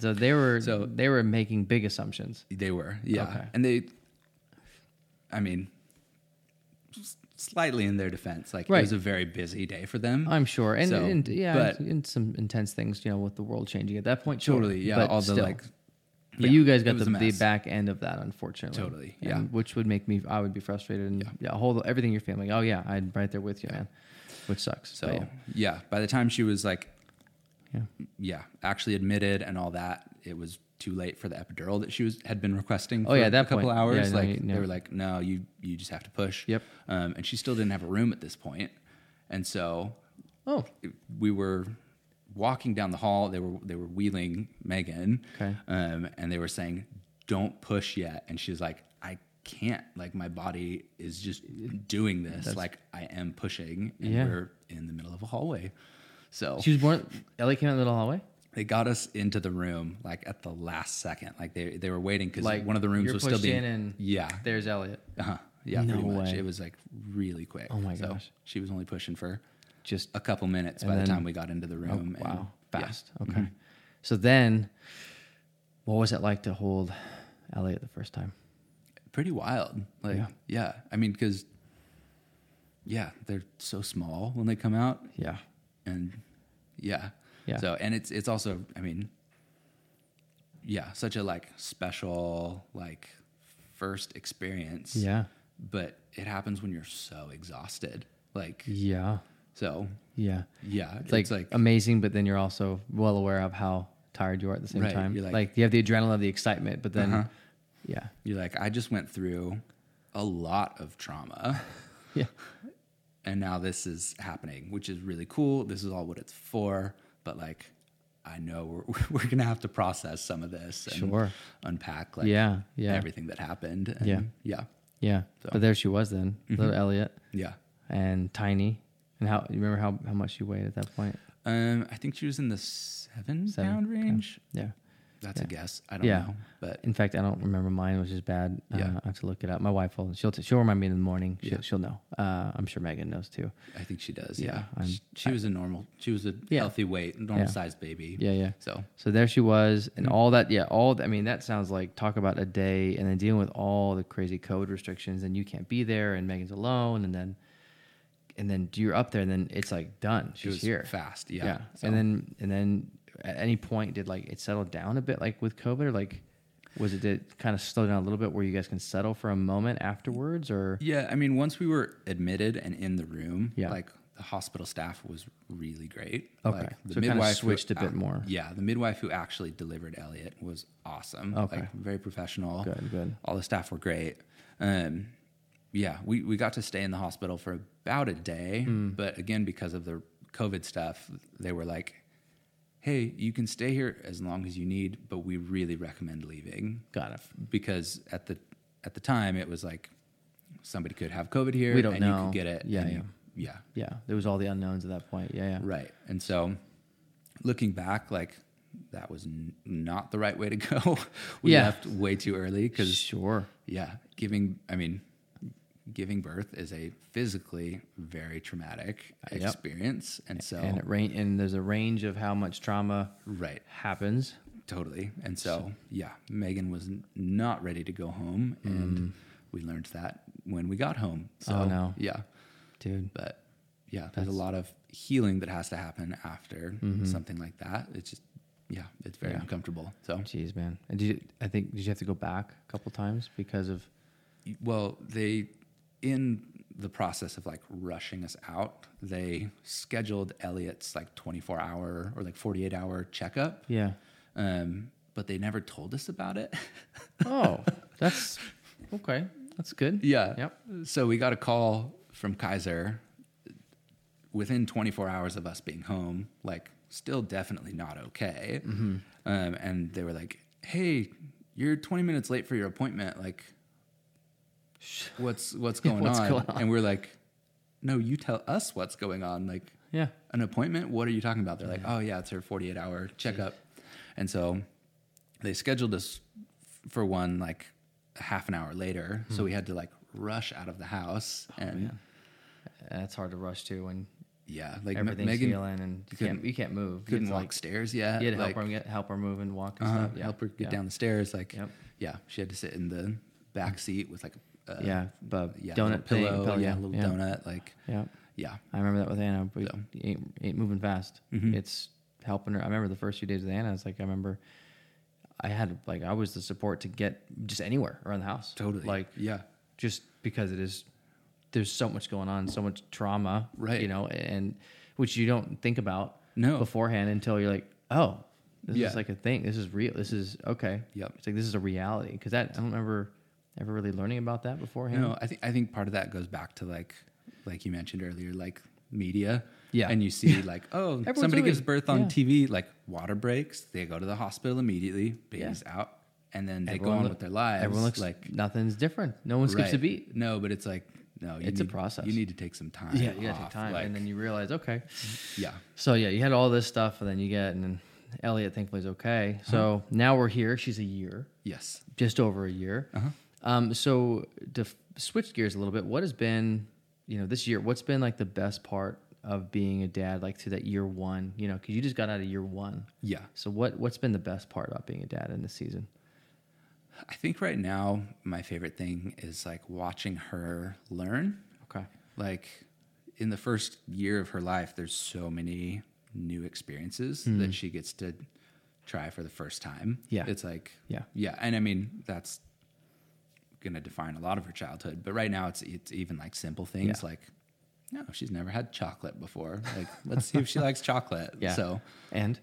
S2: So they were
S1: Mm-hmm. So-
S2: they were making big assumptions.
S1: They were, yeah.
S2: Okay.
S1: And they, I mean, s- slightly in their defense, like
S2: Right.
S1: it was a very busy day for them.
S2: I'm sure, and,
S1: So,
S2: and yeah,
S1: but
S2: and, and some intense things, you know, with the world changing at that point. sure,
S1: totally, yeah.
S2: but
S1: all the
S2: still.
S1: like,
S2: But
S1: yeah,
S2: you guys
S1: it
S2: got
S1: was
S2: the,
S1: a
S2: the
S1: mess.
S2: back end of that, unfortunately.
S1: Totally,
S2: And-
S1: yeah.
S2: which would make me, I would be frustrated and yeah, hold everything in your family. Oh yeah, I'm right there with you, man. Which sucks.
S1: So
S2: but yeah.
S1: yeah. by the time she was like,
S2: Yeah.
S1: yeah, actually admitted and all that, it was too late for the epidural that she was had been requesting.
S2: Oh,
S1: for
S2: yeah, at that
S1: a couple
S2: point.
S1: hours.
S2: Yeah, no,
S1: like
S2: you- no.
S1: they were like, no, you you just have to push.
S2: Yep.
S1: Um, and she still didn't have a room at this point, and so
S2: Oh,
S1: we were walking down the hall. They were they were wheeling Megan,
S2: Okay.
S1: um, and they were saying, "Don't push yet." And she's like, "I can't. Like my body is just doing this. like I am pushing, and
S2: Yeah.
S1: we're in the middle of a hallway." So
S2: she was born. Ellie came out in the middle hallway.
S1: they got us into the room like at the last second. Like they they were waiting because
S2: Like,
S1: like one of the rooms
S2: you're
S1: was still
S2: pushed
S1: being
S2: in and-
S1: yeah
S2: There's Elliot.
S1: uh-huh. yeah
S2: No
S1: pretty much.
S2: way.
S1: It was like really quick.
S2: Oh my gosh.
S1: she was only pushing for
S2: Just
S1: a couple minutes by
S2: then- Oh,
S1: the time we got into the room. and-
S2: wow,
S1: yeah. Mm-hmm.
S2: fast. Okay. So then, what was it like to hold Elliot the first time?
S1: pretty wild. Like,
S2: Yeah.
S1: yeah, I mean, because yeah, they're so small when they come out,
S2: Yeah.
S1: and yeah,
S2: Yeah.
S1: So, and it's it's also, I mean, yeah, such a like special like first experience.
S2: Yeah.
S1: but it happens when you're so exhausted. Like,
S2: Yeah.
S1: So
S2: Yeah.
S1: yeah, it's
S2: It's like,
S1: like, like
S2: amazing, but then you're also well aware of how tired you are at the same
S1: Right,
S2: time.
S1: you're
S2: like,
S1: like- Uh-huh.
S2: you have the adrenaline of the excitement, but then, yeah,
S1: you're like I just went through a lot of trauma,
S2: yeah,
S1: and now this is happening, which is really cool. This is all what it's for, but like. I know we're, we're gonna have to process some of this and
S2: Sure.
S1: unpack like
S2: Yeah, yeah.
S1: everything that happened and
S2: Yeah.
S1: yeah
S2: yeah. But there she was then,
S1: Mm-hmm.
S2: little Elliot
S1: yeah
S2: and tiny, and how you remember how how much you weighed at that point?
S1: um I think she was in the seven,
S2: Seven,
S1: pound
S2: okay.
S1: range
S2: Yeah,
S1: that's a guess I don't
S2: Yeah.
S1: know but
S2: in fact, I don't remember mine, which is bad.
S1: Yeah.
S2: uh, I have to look it up. My wife will she'll she'll remind me in the morning. She'll,
S1: Yeah.
S2: she'll know. Uh, I'm sure Megan knows too.
S1: I think she does.
S2: Yeah,
S1: Yeah,
S2: I'm-
S1: she, she was a normal. She was a
S2: Yeah.
S1: healthy weight, normal
S2: Yeah.
S1: sized baby.
S2: Yeah, yeah.
S1: So
S2: So there she was, and
S1: Mm-hmm.
S2: all that. Yeah, all. I mean, that sounds like talk about a day, and then dealing with all the crazy code restrictions, and you can't be there, and Megan's alone, and then, and then you're up there, and then it's like done.
S1: she
S2: She's
S1: was
S2: here.
S1: fast.
S2: Yeah.
S1: Yeah. So
S2: And then, and then, at any point, did like it settle down a bit, like with COVID, or like was it did it kind of slow down a little bit where you guys can settle for a moment afterwards, or
S1: yeah, I mean, once we were admitted and in the room,
S2: Yeah.
S1: like the hospital staff was really great.
S2: Okay.
S1: Like,
S2: So it kinda switched a
S1: who,
S2: bit
S1: ac-
S2: more.
S1: Yeah, the midwife who actually delivered Elliot was awesome.
S2: Okay.
S1: Like very professional.
S2: Good, good.
S1: All the staff were great. Um, yeah, we we got to stay in the hospital for about a day,
S2: Hmm.
S1: but again because of the COVID stuff, they were like. Hey, you can stay here as long as you need, but we really recommend leaving.
S2: got it?
S1: because at the at the time it was like somebody could have COVID here
S2: We don't
S1: and you
S2: know.
S1: could get it.
S2: Yeah,
S1: and
S2: yeah.
S1: you- yeah,
S2: Yeah, there was all the unknowns at that point. Yeah, yeah.
S1: right. And so looking back, like that was n- not the right way to go. we
S2: Yeah.
S1: left way too early because
S2: Sure.
S1: yeah, giving I mean giving birth is a physically very traumatic
S2: Yep.
S1: experience, and so
S2: And it rain, and there's a range of how much trauma
S1: right.
S2: happens.
S1: Totally. And so, yeah, Megan was n- not ready to go home. And we learned that when we got home. So,
S2: Mm. Oh, no.
S1: yeah.
S2: Dude,
S1: But yeah, there's a lot of healing that has to happen after something like that. It's just, yeah, it's very uncomfortable. So,
S2: jeez, man. And did you, I think did you have to go back a couple times because of?
S1: well, they, in the process of like rushing us out, they scheduled Elliot's like 24 hour or like 48 hour checkup.
S2: Yeah.
S1: Um, but they never told us about it.
S2: Oh, that's okay. That's good.
S1: Yeah.
S2: Yep.
S1: So we got a call from Kaiser within 24 hours of us being home, like still definitely not okay.
S2: Mm-hmm.
S1: Um, and they were like, "Hey, you're 20 minutes late for your appointment. Like, what's what's going,
S2: What's
S1: on?
S2: going on?
S1: And we're like, "No, you tell us what's going on. Like,
S2: Yeah.
S1: an appointment? What are you talking about? They're like, oh, yeah, it's her 48 hour checkup. And so they scheduled us f- for one like a half an hour later.
S2: Hmm.
S1: So we had to like rush out of the house.
S2: Oh,
S1: and
S2: And it's hard to rush to when
S1: yeah, like Me-
S2: everything's
S1: Megan
S2: healing and you can't you can't move.
S1: couldn't
S2: you
S1: walk
S2: had to,
S1: stairs yet.
S2: like, you had to
S1: like,
S2: help her get help her move and walk and
S1: uh-huh,
S2: stuff. Yeah.
S1: help her get
S2: yeah.
S1: down the stairs. Like,
S2: Yep. Mm.
S1: yeah, she had to sit in the back seat with like a a-
S2: yeah, but
S1: yeah, little
S2: donut thing,
S1: pillow,
S2: pillow,
S1: yeah, a little
S2: yeah.
S1: donut. Like,
S2: Yeah.
S1: yeah,
S2: I remember that with Anna. We ain't, ain't moving fast.
S1: Mm-hmm.
S2: It's helping her. I remember the first few days with Anna. It's like I remember I had like I was the support to get just anywhere around the house.
S1: totally.
S2: Like
S1: yeah,
S2: just because it is there's so much going on, so much trauma,
S1: Right.
S2: You know, and which you don't think about
S1: No.
S2: beforehand until you're like, oh, this
S1: Yeah.
S2: is like a thing. This is real. This is okay.
S1: Yep.
S2: It's like this is a reality because that I don't remember ever really learning about that beforehand.
S1: No, I think I think part of that goes back to like like you mentioned earlier, like media.
S2: Yeah.
S1: And you see like, oh,
S2: Everyone's
S1: somebody
S2: doing it.
S1: gives birth on
S2: Yeah.
S1: TV, like water breaks, they go to the hospital immediately, baby's out, and then they
S2: Everyone
S1: go on
S2: look-
S1: with their lives.
S2: Everyone looks
S1: like
S2: like nothing's different. No one skips a
S1: right.
S2: beat.
S1: No, but it's like no, you
S2: It's a
S1: need-
S2: process.
S1: You need to take some time.
S2: Yeah, you gotta take
S1: off,
S2: time,
S1: like,
S2: and then you realize, okay.
S1: yeah,
S2: So yeah, you had all this stuff, and then you get, and then Elliot thankfully is okay.
S1: Uh-huh.
S2: So now we're here. She's a year,
S1: yes.
S2: just over a year.
S1: Uh-huh.
S2: Um, so to f- switch gears a little bit, what has been, you know, this year? What's been like the best part of being a dad, like to that year one? You know, because you just got out of year one.
S1: Yeah.
S2: So what what's been the best part about being a dad in this season?
S1: I think right now my favorite thing is like watching her learn
S2: Okay.
S1: like in the first year of her life there's so many new experiences that she gets to try for the first time
S2: Hmm. Yeah.
S1: it's like
S2: Yeah.
S1: yeah and i mean that's gonna define a lot of her childhood but right now it's it's even like simple things
S2: Yeah.
S1: like no, she's never had chocolate before. Like, let's see if she likes chocolate.
S2: Yeah.
S1: So,
S2: and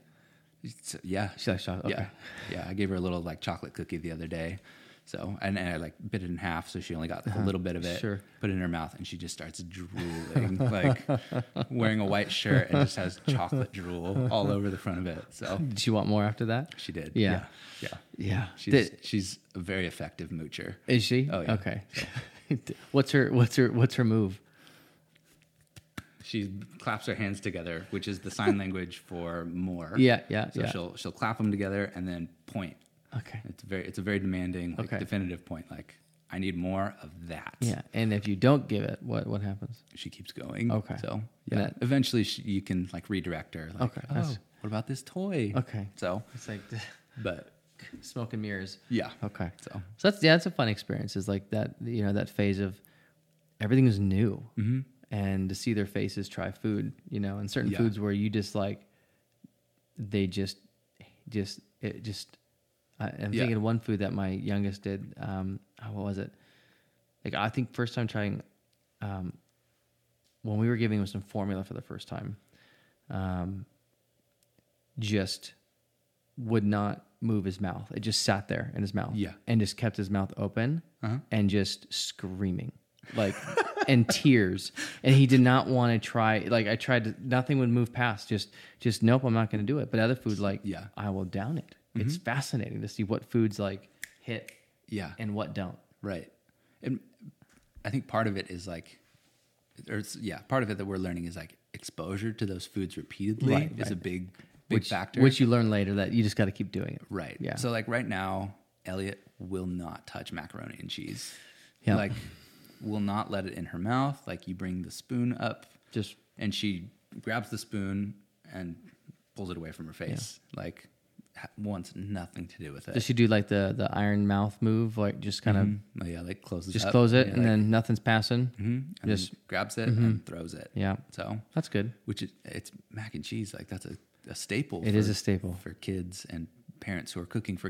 S1: so, yeah.
S2: she likes chocolate. Okay.
S1: Yeah. Yeah. I gave her a little like chocolate cookie the other day. So, and, and I like bit it in half. So she only got a little bit of it.
S2: Uh-huh. Sure.
S1: Put it in her mouth and she just starts drooling, like wearing a white shirt and just has chocolate drool all over the front of it. So
S2: Did she want more after that?
S1: she did.
S2: Yeah.
S1: Yeah. yeah.
S2: Yeah.
S1: She's, she's a very effective moocher.
S2: Is she?
S1: Oh, yeah.
S2: Okay. what's her what's her what's her move?
S1: She claps her hands together, which is the sign language for more.
S2: Yeah, yeah,
S1: So
S2: yeah.
S1: she'll she'll clap them together and then point.
S2: Okay.
S1: It's very it's a very demanding, like
S2: Okay.
S1: definitive point. Like I need more of that.
S2: Yeah. And if you don't give it, what what happens?
S1: She keeps going.
S2: Okay.
S1: So yeah.
S2: And that-
S1: Eventually, she, you can like redirect her. Like,
S2: Okay,
S1: Oh,
S2: that's-
S1: what about this toy?
S2: Okay.
S1: So,
S2: It's like
S1: but
S2: smoke and mirrors.
S1: yeah.
S2: Okay.
S1: So
S2: So that's yeah, that's a fun experience. Is like that you know that phase of everything is new, mm-hmm. and to see their faces try food, you know, and certain
S1: Yeah.
S2: foods where you just like they just just it just. I, I'm
S1: Yeah.
S2: thinking of one food that my youngest did. Um, oh, what was it? Like I think first time trying, um, when we were giving him some formula for the first time, um, just would not move his mouth. It just sat there in his mouth.
S1: Yeah.
S2: And just kept his mouth open
S1: Uh-huh.
S2: and just screaming. Like and tears. And he did not want to try like I tried to nothing would move past. Just just nope, I'm not gonna do it. But other food like
S1: Yeah. Mm-hmm.
S2: I will down it. It's fascinating to see what foods like hit
S1: yeah.
S2: and what don't.
S1: Right. And I think part of it is like, or it's, yeah, part of it that we're learning is like exposure to those foods repeatedly
S2: Right,
S1: is
S2: right.
S1: a big, big
S2: which,
S1: factor.
S2: Which you learn later that you just gotta keep doing it.
S1: right.
S2: Yeah.
S1: So like right now, Elliot will not touch macaroni and cheese.
S2: Yeah.
S1: Like, will not let it in her mouth. Like you bring the spoon up,
S2: Just
S1: and she grabs the spoon and pulls it away from her face. Like ha- wants nothing to do with it.
S2: does she do like the the iron mouth move? Like just kind of
S1: Oh, yeah, like closes.
S2: just
S1: up,
S2: close it
S1: yeah,
S2: and
S1: like,
S2: then nothing's passing.
S1: mhm, and
S2: just- mm-hmm.
S1: then grabs it and throws it.
S2: Yeah.
S1: So
S2: That's good.
S1: which is, it's mac and cheese like that's a, a staple
S2: It is a staple.
S1: for kids and parents who are cooking for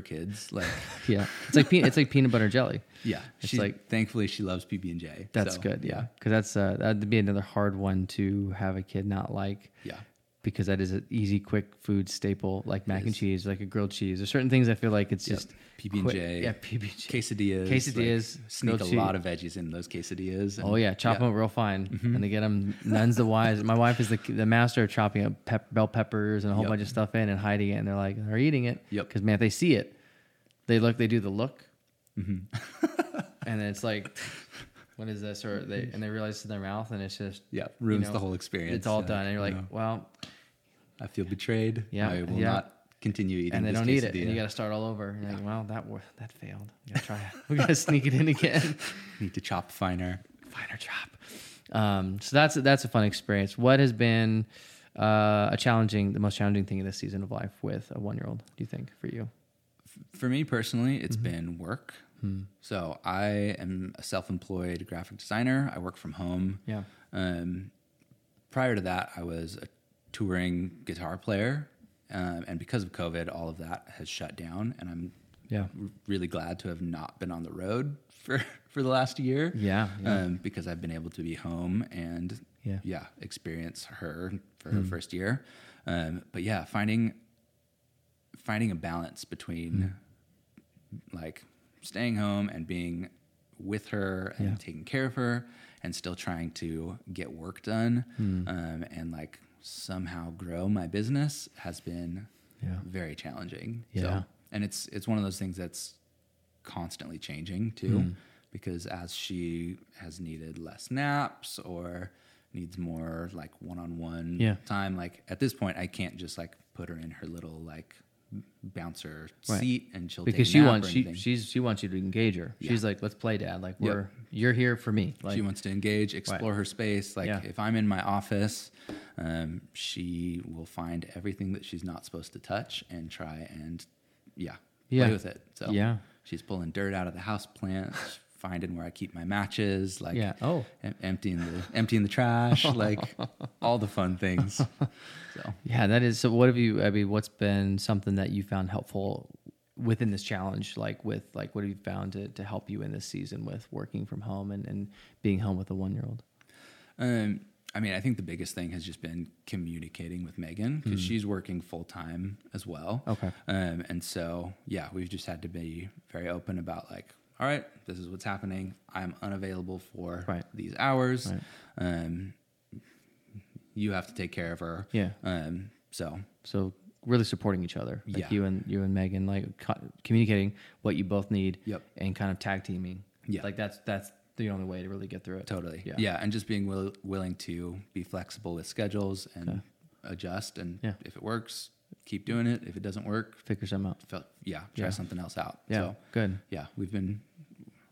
S1: kids like
S2: Yeah, it's like pe- it's like peanut butter jelly.
S1: yeah
S2: It's
S1: she's
S2: like-
S1: like thankfully she loves pb&j
S2: That's
S1: so,
S2: good. Yeah, because that's uh, that'd be another hard one to have a kid not like.
S1: yeah
S2: because that is an easy, quick food staple like mac and
S1: is.
S2: cheese, like a grilled cheese. There's certain things I feel like it's
S1: Yep.
S2: just
S1: PB&J.
S2: quick- Yeah, PB&J.
S1: quesadillas
S2: Quesadillas,
S1: like, sneak a
S2: grilled
S1: lot of veggies in those quesadillas and-
S2: Oh yeah, chop them up real fine,
S1: Mm-hmm.
S2: and they get them none's the wise. My wife is the, the master of chopping up pep, bell peppers and a whole
S1: Yep.
S2: bunch of stuff in and hiding it, and they're like, they're eating it.
S1: Yep.
S2: Because man, if they see it, they look, they do the look,
S1: Mm-hmm.
S2: and then it's like, what is this? Or they and they realize it's in their mouth, and it's just
S1: yeah
S2: you
S1: ruins
S2: know,
S1: the whole experience
S2: It's all
S1: Uh,
S2: done, and you're like,
S1: you know,
S2: well,
S1: i feel betrayed
S2: Yeah,
S1: i will
S2: yeah.
S1: not continue eating
S2: and they
S1: this
S2: don't eat it, and
S1: quesadilla.
S2: you got to start all over. And you're like, well, that wa- that failed. We gotta try it. We gotta sneak it in again.
S1: need to chop finer
S2: finer job. Um, so that's that's a fun experience. What has been uh, a challenging, the most challenging thing in this season of life with a one year old? Do you think for you?
S1: for me personally, it's been work. So I am a self-employed graphic designer. I work from home.
S2: Yeah.
S1: Um, prior to that, I was a touring guitar player, um, and because of COVID, all of that has shut down. And I'm
S2: Yeah.
S1: r- really glad to have not been on the road for for the last year.
S2: Yeah, yeah.
S1: Um, because I've been able to be home and
S2: Yeah. Hmm.
S1: experience her for her first year. Um, but yeah, finding finding a balance between
S2: Hmm.
S1: like staying home and being with her and
S2: Yeah.
S1: taking care of her and still trying to get work done
S2: Hmm.
S1: um, and like somehow grow my business has been
S2: Yeah.
S1: very challenging
S2: Yeah.
S1: so, and it's it's one of those things that's constantly changing too
S2: Hmm.
S1: because as she has needed less naps or needs more like one-on-one
S2: Yeah.
S1: time like at this point i can't just like put her in her little like bouncer
S2: Right.
S1: seat and she'll
S2: Because
S1: take a
S2: she
S1: nap
S2: wants
S1: or
S2: she
S1: anything.
S2: she's she wants you to engage her. She's like, let's play, dad. Like we're you're here for me. Like
S1: she wants to engage, explore her space. Like
S2: Yeah.
S1: if I'm in my office, um, she will find everything that she's not supposed to touch and try and yeah,
S2: Yeah.
S1: play with it. So
S2: Yeah.
S1: she's pulling dirt out of the house plants, finding where I keep my matches, like
S2: Yeah. Oh.
S1: em- emptying the emptying the trash, like all the fun things. So
S2: yeah, that is. So what have you? I mean, what's been something that you found helpful? within this challenge like with like what have you found to, to help you in this season with working from home and, and being home with a one year old
S1: Um, I mean, I think the biggest thing has just been communicating with Megan because she's working full time as well.
S2: Mm-hmm. Okay.
S1: Um, and so, yeah, we've just had to be very open about like, all right, this is what's happening. I'm unavailable for
S2: Right.
S1: these hours.
S2: Right.
S1: Um, you have to take care of her.
S2: Yeah.
S1: Um, so
S2: So really supporting each other, like
S1: Yeah.
S2: you and you and Megan, like co- communicating what you both need,
S1: Yep.
S2: and kind of tag teaming.
S1: Yeah.
S2: like that's that's the only way to really get through it.
S1: Totally.
S2: Yeah.
S1: Yeah. And just being will, willing to be flexible with schedules and adjust. And
S2: Yeah.
S1: if it works, keep doing it. If it doesn't work,
S2: Figure something out.
S1: felt, yeah, try
S2: Yeah.
S1: something else out.
S2: Yeah,
S1: So,
S2: good.
S1: yeah, we've been,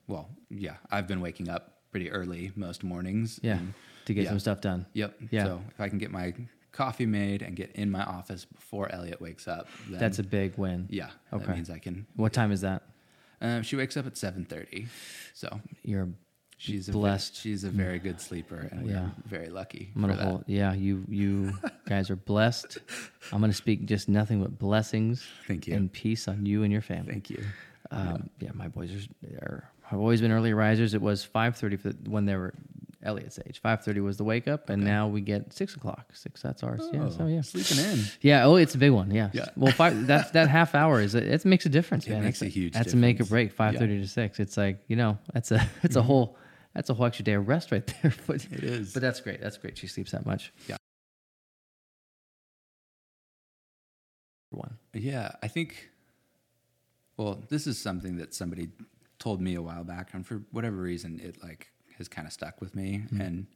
S1: well, yeah, I've been waking up pretty early most mornings.
S2: Yeah,
S1: and-
S2: to get
S1: Mm-hmm. yeah.
S2: some stuff done.
S1: Yep.
S2: Yeah.
S1: So if I can get my coffee made and get in my office before Elliot wakes up, then
S2: That's a big win.
S1: yeah,
S2: Okay.
S1: that means I can.
S2: What time is that?
S1: Um, she wakes up at seven thirty, so
S2: You're.
S1: she's a ve-
S2: Blessed.
S1: she's a very good sleeper, and
S2: Yeah.
S1: we're very lucky.
S2: I'm gonna
S1: for that.
S2: hold. Yeah, you you guys are blessed. I'm gonna speak just nothing but blessings.
S1: Thank you.
S2: And peace on you and your family.
S1: Thank you.
S2: Um, yeah. my boys are, are have always been early risers. It was five thirty for the, when they were Elliot's age. Five thirty was the wake up, and now we get six o'clock. Six that's ours. yeah, so yeah,
S1: Oh, Sleeping in.
S2: yeah. Oh, it's a big one. Yeah.
S1: Yeah.
S2: Well, five, that that half hour is it makes a difference, man.
S1: makes
S2: that's
S1: a huge
S2: That's a make or
S1: difference. Mm-hmm.
S2: break. Five thirty to six. It's like you know that's a it's a whole that's a whole extra day of rest right there. But
S1: It is.
S2: but uh, that's great. That's great. She sleeps that much.
S1: Yeah.
S2: One.
S1: Yeah, I think. Well, this is something that somebody told me a while back, and for whatever reason, it like has kind of stuck with me.
S2: Mm-hmm.
S1: And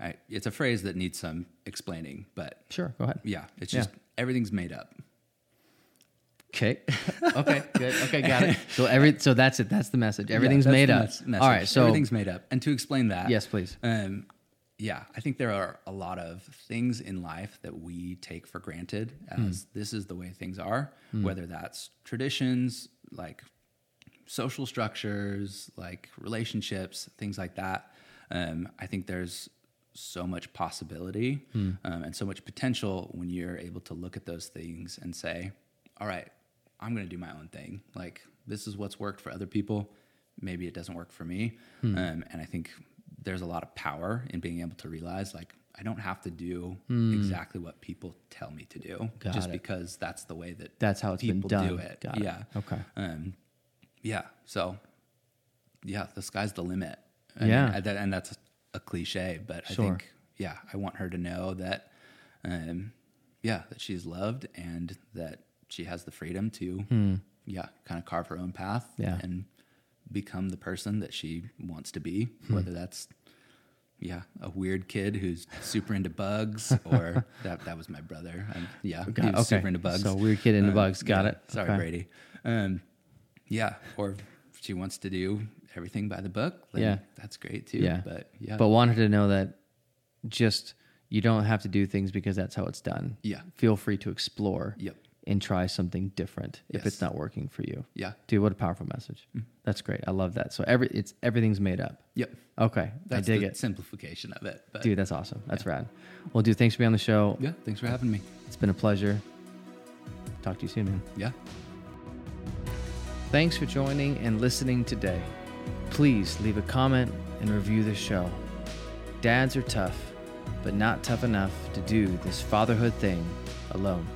S1: I, it's a phrase that needs some explaining, but
S2: Sure. Go ahead.
S1: yeah, it's
S2: Yeah.
S1: just everything's made up.
S2: Okay. Okay. Good. Okay. Got it. So every so that's it. That's the message. Everything's
S1: Yeah,
S2: made
S1: that's the
S2: up.
S1: mes- message.
S2: All right. So
S1: everything's made up. And to explain that,
S2: Yes, please.
S1: Um, yeah, I think there are a lot of things in life that we take for granted as this is the way things are, whether that's traditions, like social structures, like relationships, things like that. Um, I think there's so much possibility
S2: Hmm.
S1: um, and so much potential when you're able to look at those things and say, all right, I'm going to do my own thing. Like, this is what's worked for other people. Maybe it doesn't work for me.
S2: Hmm.
S1: Um, and I think there's a lot of power in being able to realize, like, I don't have to do exactly what people tell me to do
S2: Hmm. Got
S1: just
S2: it.
S1: because that's the way that
S2: That's how it's been
S1: people
S2: done.
S1: do it.
S2: Got it.
S1: yeah.
S2: Okay.
S1: Um, yeah. So, yeah, the sky's the limit. I
S2: Yeah.
S1: Mean, I- that, and that's a cliche, but
S2: Sure.
S1: I think, yeah, I want her to know that, um, yeah, that she's loved and that she has the freedom to, yeah, kind of carve her own path
S2: Hmm. Yeah.
S1: and become the person that she wants to be,
S2: Hmm.
S1: whether that's, yeah, a weird kid who's super into bugs, or that that was my brother. Um, yeah, he
S2: Got-
S1: was super into bugs.
S2: So weird kid into
S1: Um,
S2: bugs. Got
S1: yeah.
S2: it.
S1: Sorry,
S2: Okay.
S1: Brady. Um, yeah, or if she wants to do everything by the book. Then
S2: Yeah.
S1: that's great too.
S2: Yeah.
S1: but yeah,
S2: But want her to know that just you don't have to do things because that's how it's done.
S1: Yeah.
S2: Feel free to explore.
S1: Yep.
S2: And try something different if
S1: Yes. Mm.
S2: it's not working for you.
S1: yeah,
S2: Dude, what a powerful message. That's great. I love that. So every it's everything's made up.
S1: yep.
S2: Okay.
S1: That's
S2: I dig
S1: the
S2: it.
S1: simplification of it. But
S2: Dude, that's awesome. That's rad. Well, dude, thanks for being on the show.
S1: yeah, thanks for having me.
S2: It's been a pleasure. Talk to you soon, man.
S1: Yeah.
S2: Thanks for joining and listening today. Please leave a comment and review the show. Dads are tough, but not tough enough to do this fatherhood thing alone.